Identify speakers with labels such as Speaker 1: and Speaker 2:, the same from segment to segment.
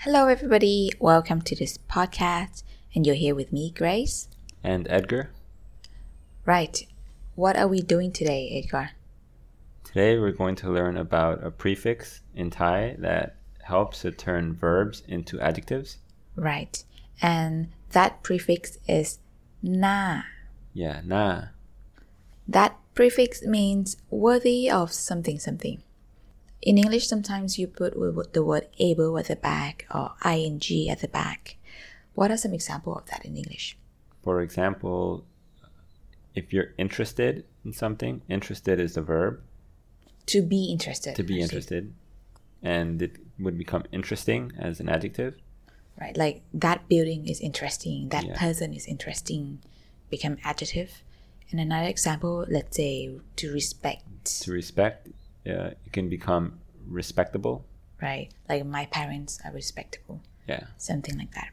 Speaker 1: Hello, everybody. Welcome to this podcast. And you're here with me, Grace.
Speaker 2: And Edgar,
Speaker 1: Right. What are we doing today, Edgar?
Speaker 2: today we're going to learn about a prefix in Thai that helps to turn verbs into adjectives.
Speaker 1: Right. And that prefix is na.
Speaker 2: Yeah, na.
Speaker 1: That prefix means worthy of something something. In English, sometimes you put w- w- the word able at the back or ing at the back. What are some examples of that in English?
Speaker 2: For example, if you're interested in something, interested is the verb
Speaker 1: To be interested.
Speaker 2: to
Speaker 1: actually.
Speaker 2: be interested, and it would become interesting as an adjective.
Speaker 1: right? Like that building is interesting, that
Speaker 2: Yeah.
Speaker 1: person is interesting, become adjective. And another example, let's say to respect,
Speaker 2: To respect, uh, it can become respectable.
Speaker 1: right? Like my parents are respectable,
Speaker 2: Yeah,
Speaker 1: something like that.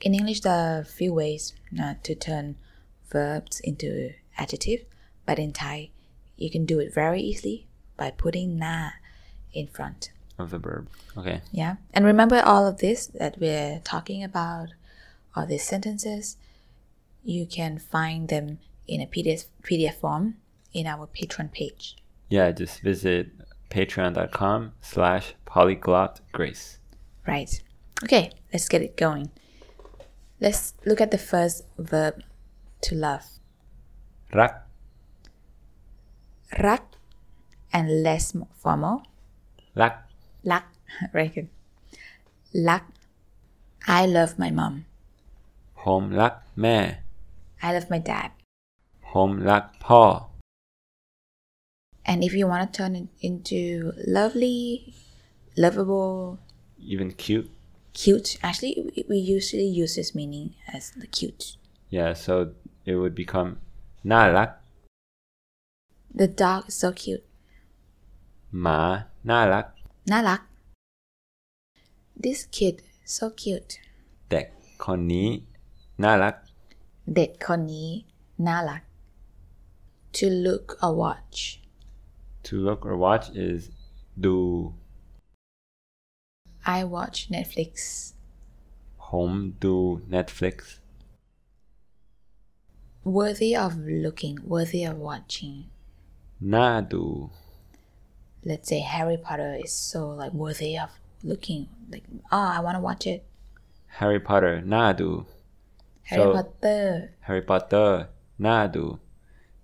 Speaker 1: In English, there are a few ways uh, to turn verbs into adjective, but in Thai, you can do it very easily by putting na in front.
Speaker 2: of the verb. Okay.
Speaker 1: Yeah. And remember all of this that we're talking about, all these sentences, you can find them in a PDF, PDF form in our Patreon page.
Speaker 2: Yeah, just visit patreon.com slash polyglotgrace.
Speaker 1: Right. Okay, let's get it going. Let's look at the first verb to love.
Speaker 2: Rak,
Speaker 1: Rak and less mo- formal.
Speaker 2: lak,
Speaker 1: Lak. Very good. Lak. I love my mom.
Speaker 2: ผมรักแม่
Speaker 1: I love my dad.
Speaker 2: ผมรักพ่อ
Speaker 1: And if you want to turn it into lovely, lovable,
Speaker 2: even cute
Speaker 1: cute, actually, we- we usually use this meaning as the cute.
Speaker 2: yeah so it would become น่ารัก
Speaker 1: The dog is so cute.
Speaker 2: หมา น่ารัก
Speaker 1: Narak. This kid, so cute.
Speaker 2: เด็กคนนี้ น่ารัก
Speaker 1: Dek koni narak. To look or watch.
Speaker 2: to look or watch is ดู
Speaker 1: I watch Netflix.
Speaker 2: ผมดู Netflix
Speaker 1: Worthy of looking, worthy of watching.
Speaker 2: น่าดู
Speaker 1: Let's say Harry Potter is so like worthy of looking. Like, oh, I want to watch it.
Speaker 2: Harry Potter น่าดู
Speaker 1: Harry
Speaker 2: So-
Speaker 1: Potter.
Speaker 2: Harry Potter น่าดู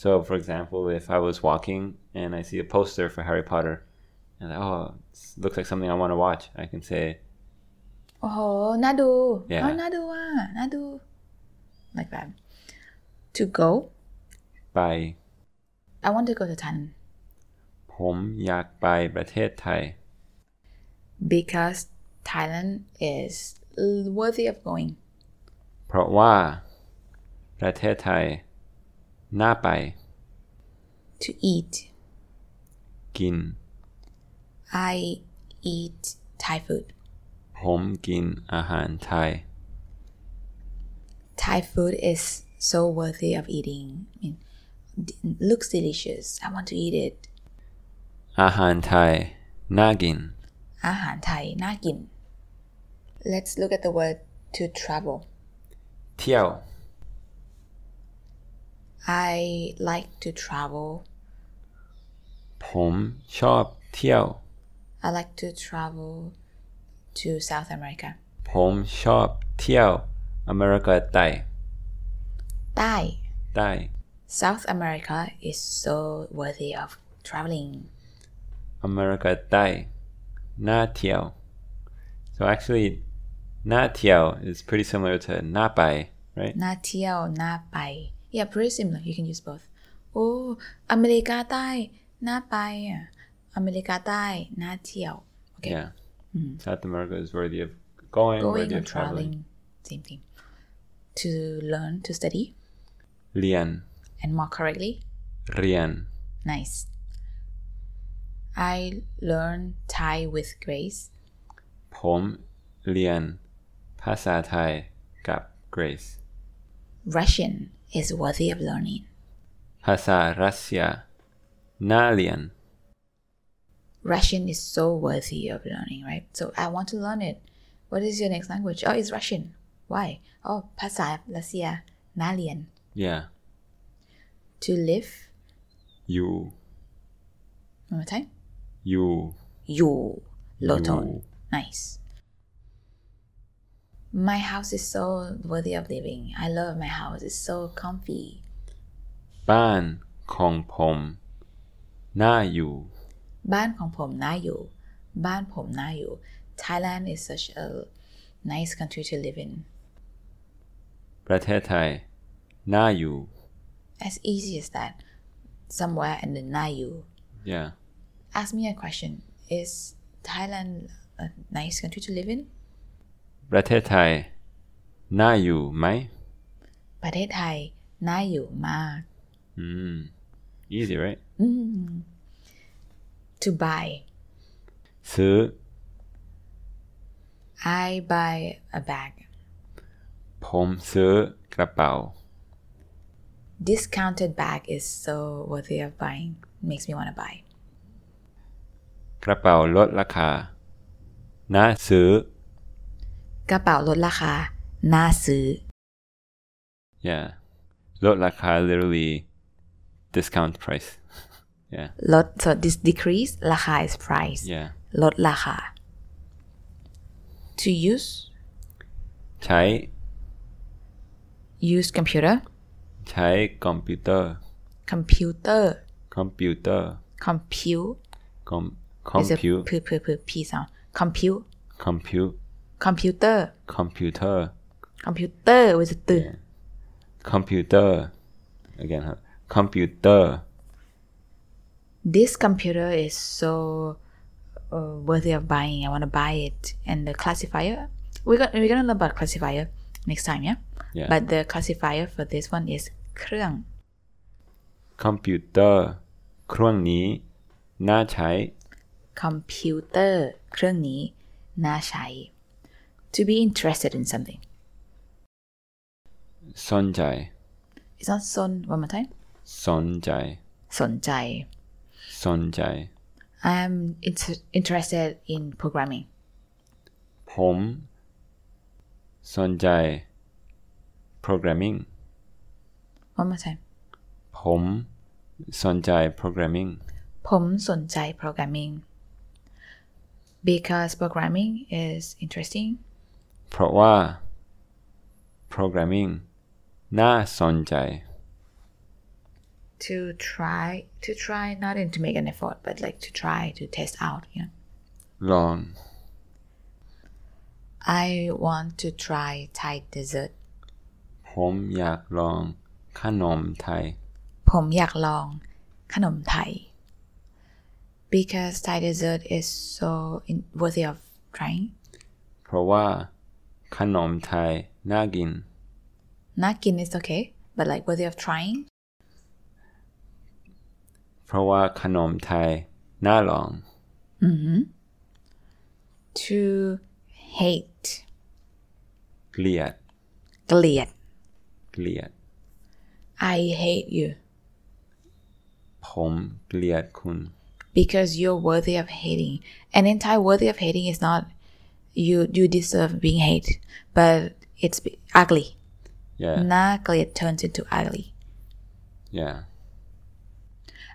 Speaker 2: so for example if I was walking and I see a poster for Harry Potter and oh looks like something I want to watch I can say
Speaker 1: โอ้โห น่าดู
Speaker 2: Yeah.
Speaker 1: เอาน่าดูอ่ะ น่าดู ah, like that to go
Speaker 2: ไป
Speaker 1: I want to go to Thailand
Speaker 2: ผมอยากไปประเทศไทย
Speaker 1: because Thailand is worthy of going
Speaker 2: เพราะว่า ประเทศไทย น่าไป
Speaker 1: to eat
Speaker 2: กิน
Speaker 1: I eat Thai food
Speaker 2: ผมกินอาหารไทย
Speaker 1: Thai food is so worthy of eating I mean d- looks delicious I want to eat it
Speaker 2: อาหารไทย น่ากิน
Speaker 1: อาหารไทย น่ากิน let's look at the word to travel
Speaker 2: เที่ยว
Speaker 1: I like to travel
Speaker 2: ผมชอบเที่ยว
Speaker 1: I like to travel to South America.
Speaker 2: ผมชอบเที่ยว อเมริกาใต้
Speaker 1: Thai.
Speaker 2: ใต้
Speaker 1: South America is so worthy of traveling.
Speaker 2: อเมริกาใต้ น่าเที่ยว so actually น่าเที่ยว is pretty similar to น่าไป right
Speaker 1: Na tiao, na pai. Yeah, pretty similar. You can use both. Oh, America Thai, na pai. ah. America Thai, na tiao. Okay.
Speaker 2: Yeah. South America is worthy of going,
Speaker 1: Going
Speaker 2: worthy
Speaker 1: or
Speaker 2: of traveling.
Speaker 1: traveling, same thing. To learn, to study,
Speaker 2: Rian.
Speaker 1: and more correctly,
Speaker 2: Rian.
Speaker 1: nice. I learned Thai with Grace.
Speaker 2: ผมเรียนภาษาไทยกับ Grace.
Speaker 1: Russian is worthy of learning.
Speaker 2: ภาษารัสเซียน่าเรียน
Speaker 1: Russian is so worthy of learning, right? So I want to learn it. What is your next language? Oh, it's Russian. Why? Oh, ภาษารัสเซียน่าเรียน
Speaker 2: Yeah.
Speaker 1: to live
Speaker 2: You.
Speaker 1: one more time
Speaker 2: You.
Speaker 1: you low tone
Speaker 2: You.
Speaker 1: nice my house is so worthy of living I love my house it's so comfy
Speaker 2: บ้านของผมน่าอยู่
Speaker 1: บ้านของผมน่าอยู่ บ้านผมน่าอยู่ Thailand is such a nice country to live in
Speaker 2: ประเทศไทยน่าอยู่
Speaker 1: as easy as that somewhere and then now you
Speaker 2: yeah
Speaker 1: ask me a question is thailand a nice country to live in
Speaker 2: ประเทศไทยน่าอยู่ไหม
Speaker 1: ประเทศไทยน่าอยู่มาก
Speaker 2: Mm. easy right
Speaker 1: อืม Mm. to buy
Speaker 2: ซื้อ
Speaker 1: I buy a bag
Speaker 2: ผมซื้อกระเป๋า
Speaker 1: discounted bag is so worthy of buying makes me want to buy
Speaker 2: กระเป๋าลดราคาน่าซื้อ
Speaker 1: กระเป๋าลดราคา น่าซื้อ
Speaker 2: yeah ลดราคา literally discount price yeah
Speaker 1: ลด so this decrease ราคา is price
Speaker 2: yeah
Speaker 1: ลดราคา to use
Speaker 2: ใช้
Speaker 1: use computer
Speaker 2: ใช้คอมพิวเตอร์
Speaker 1: computer
Speaker 2: คอมพิวเตอร์
Speaker 1: compute
Speaker 2: คอมคอม
Speaker 1: is a
Speaker 2: พิว
Speaker 1: p p p p sound compute
Speaker 2: คอมพิว
Speaker 1: computer
Speaker 2: คอมพิวเตอร์
Speaker 1: computer with a t
Speaker 2: คอมพิวเตอร์ again ครับคอมพิวเตอร์
Speaker 1: this computer is so uh, worthy of buying i want to buy it and the classifier we're gonna we're gonna learn about classifier next time yeah
Speaker 2: Yeah.
Speaker 1: but the classifier for this one is เครื่อง
Speaker 2: คอมพิวเตอร์ เครื่องนี้น่าใช้
Speaker 1: computer เครื่องนี้น่าใช้ to be interested in something
Speaker 2: สนใจ
Speaker 1: it's not son one more time
Speaker 2: สนใจ
Speaker 1: สนใจ
Speaker 2: สนใจ
Speaker 1: I'm inter- interested in programming
Speaker 2: ผม สนใจ programming
Speaker 1: one more time
Speaker 2: ผม สนใจ programming
Speaker 1: ผมสนใจ programming because programming is interesting
Speaker 2: เพราะว่า programming น่าสนใจ
Speaker 1: to try to try not in to make an effort but like to try to test out you know
Speaker 2: ลอง
Speaker 1: I want to try Thai dessert
Speaker 2: ผมอยากลองขนมไทย
Speaker 1: ผมอยากลองขนมไทย because Thai dessert is so in- worthy of trying
Speaker 2: เพราะว่า ขนมไทย น่ากิน
Speaker 1: not กิน is okay but like worthy of trying
Speaker 2: เพราะว่าขนมไทย น่าลอง
Speaker 1: to hate
Speaker 2: เกลียด
Speaker 1: เกลียด
Speaker 2: เกลียด
Speaker 1: I hate you
Speaker 2: ผมเกลียดคุณ
Speaker 1: because you're worthy of hating. And in Thai, worthy of hating is not you you deserve being hate, but it's be- ugly.
Speaker 2: yeah
Speaker 1: Na it turns into ugly.
Speaker 2: yeah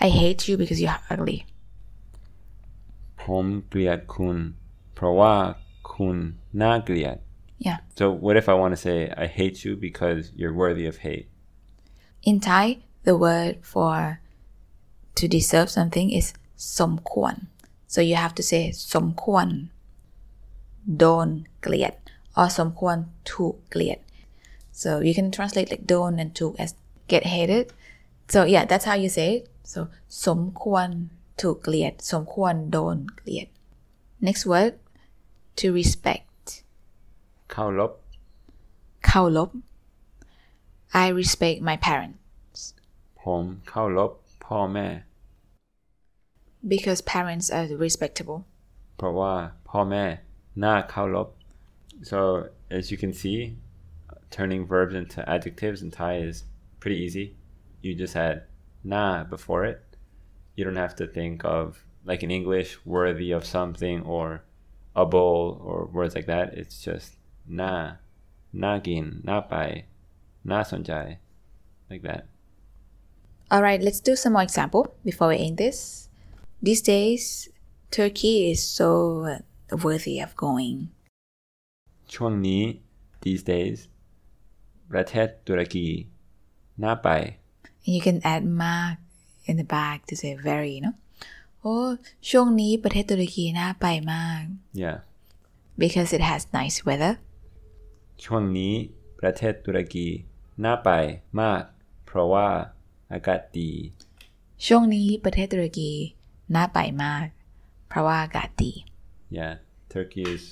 Speaker 1: I hate you because you're ugly.
Speaker 2: ผมเกลียดคุณ เพราะว่าคุณน่าเกลียด
Speaker 1: Yeah.
Speaker 2: so what if I want to say I hate you because you're worthy of hate
Speaker 1: In Thai, the word for to deserve something is somkwon. So you have to say somkwon don gliat or somkwon to gliat. So you can translate like don and to as get hated. So yeah, that's how you say it. So somkwon to gliat, somkwon don gliat. Next word to respect.
Speaker 2: เข้ารบ
Speaker 1: Kaolop. I respect my parents.
Speaker 2: ผมเข้ารบพ่อแม่
Speaker 1: because parents are respectable.
Speaker 2: เพราะว่าพ่อแม่น่าเคารพ so as you can see turning verbs into adjectives in Thai is pretty easy you just add na before it you don't have to think of like in English worthy of something or a bowl or words like that. It's just na, nagin, napai, na sonjai, like that.
Speaker 1: All right, let's do some more example before we end this. These days, Turkey is so uh, worthy of going.
Speaker 2: ช่วงนี้ these days ประเทศตุรกีน่าไป
Speaker 1: And you can add mark in the back to say very, Oh, no? โอ้ช่วงนี้ประเทศตุรกีน่าไปมาก
Speaker 2: yeah
Speaker 1: because it has nice weather
Speaker 2: ช่วงนี้ประเทศตุรกีน่าไปมาก เพราะว่าอากาศดี
Speaker 1: ช่วงนี้ประเทศตุรกีน่าไปมาก เพราะว่าอากาศดี
Speaker 2: yeah Turkey is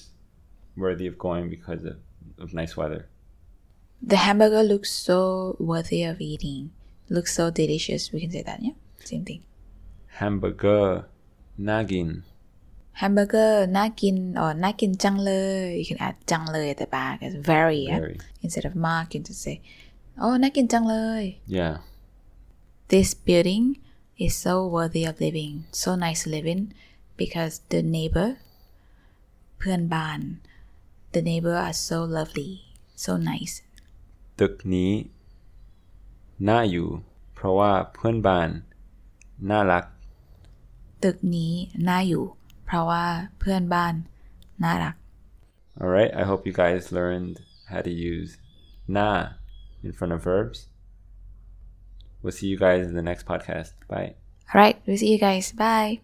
Speaker 2: worthy of going because of, of nice weather
Speaker 1: The hamburger looks so worthy of eating looks so delicious we can say that yeah same thing
Speaker 2: hamburger น่ากิน
Speaker 1: hamburger น่ากิน or น่ากินจังเลย you can add จังเลย at the back as very, yeah?
Speaker 2: Very.
Speaker 1: instead of mark you can just say โอ้น่ากินจังเลย
Speaker 2: yeah
Speaker 1: This building is so worthy of living, so nice living, because the neighbor, เพื่อนบ้าน the neighbor are so lovely, so nice.
Speaker 2: ตึกนี้น่าอยู่ เพราะว่าเพื่อนบ้านน่ารัก
Speaker 1: ตึกนี้น่าอยู่ เพราะว่าเพื่อนบ้านน่ารัก
Speaker 2: All right, I hope you guys learned how to use na in front of verbs. We'll see you guys in the next podcast. Bye.
Speaker 1: Alright, we'll see you guys. Bye.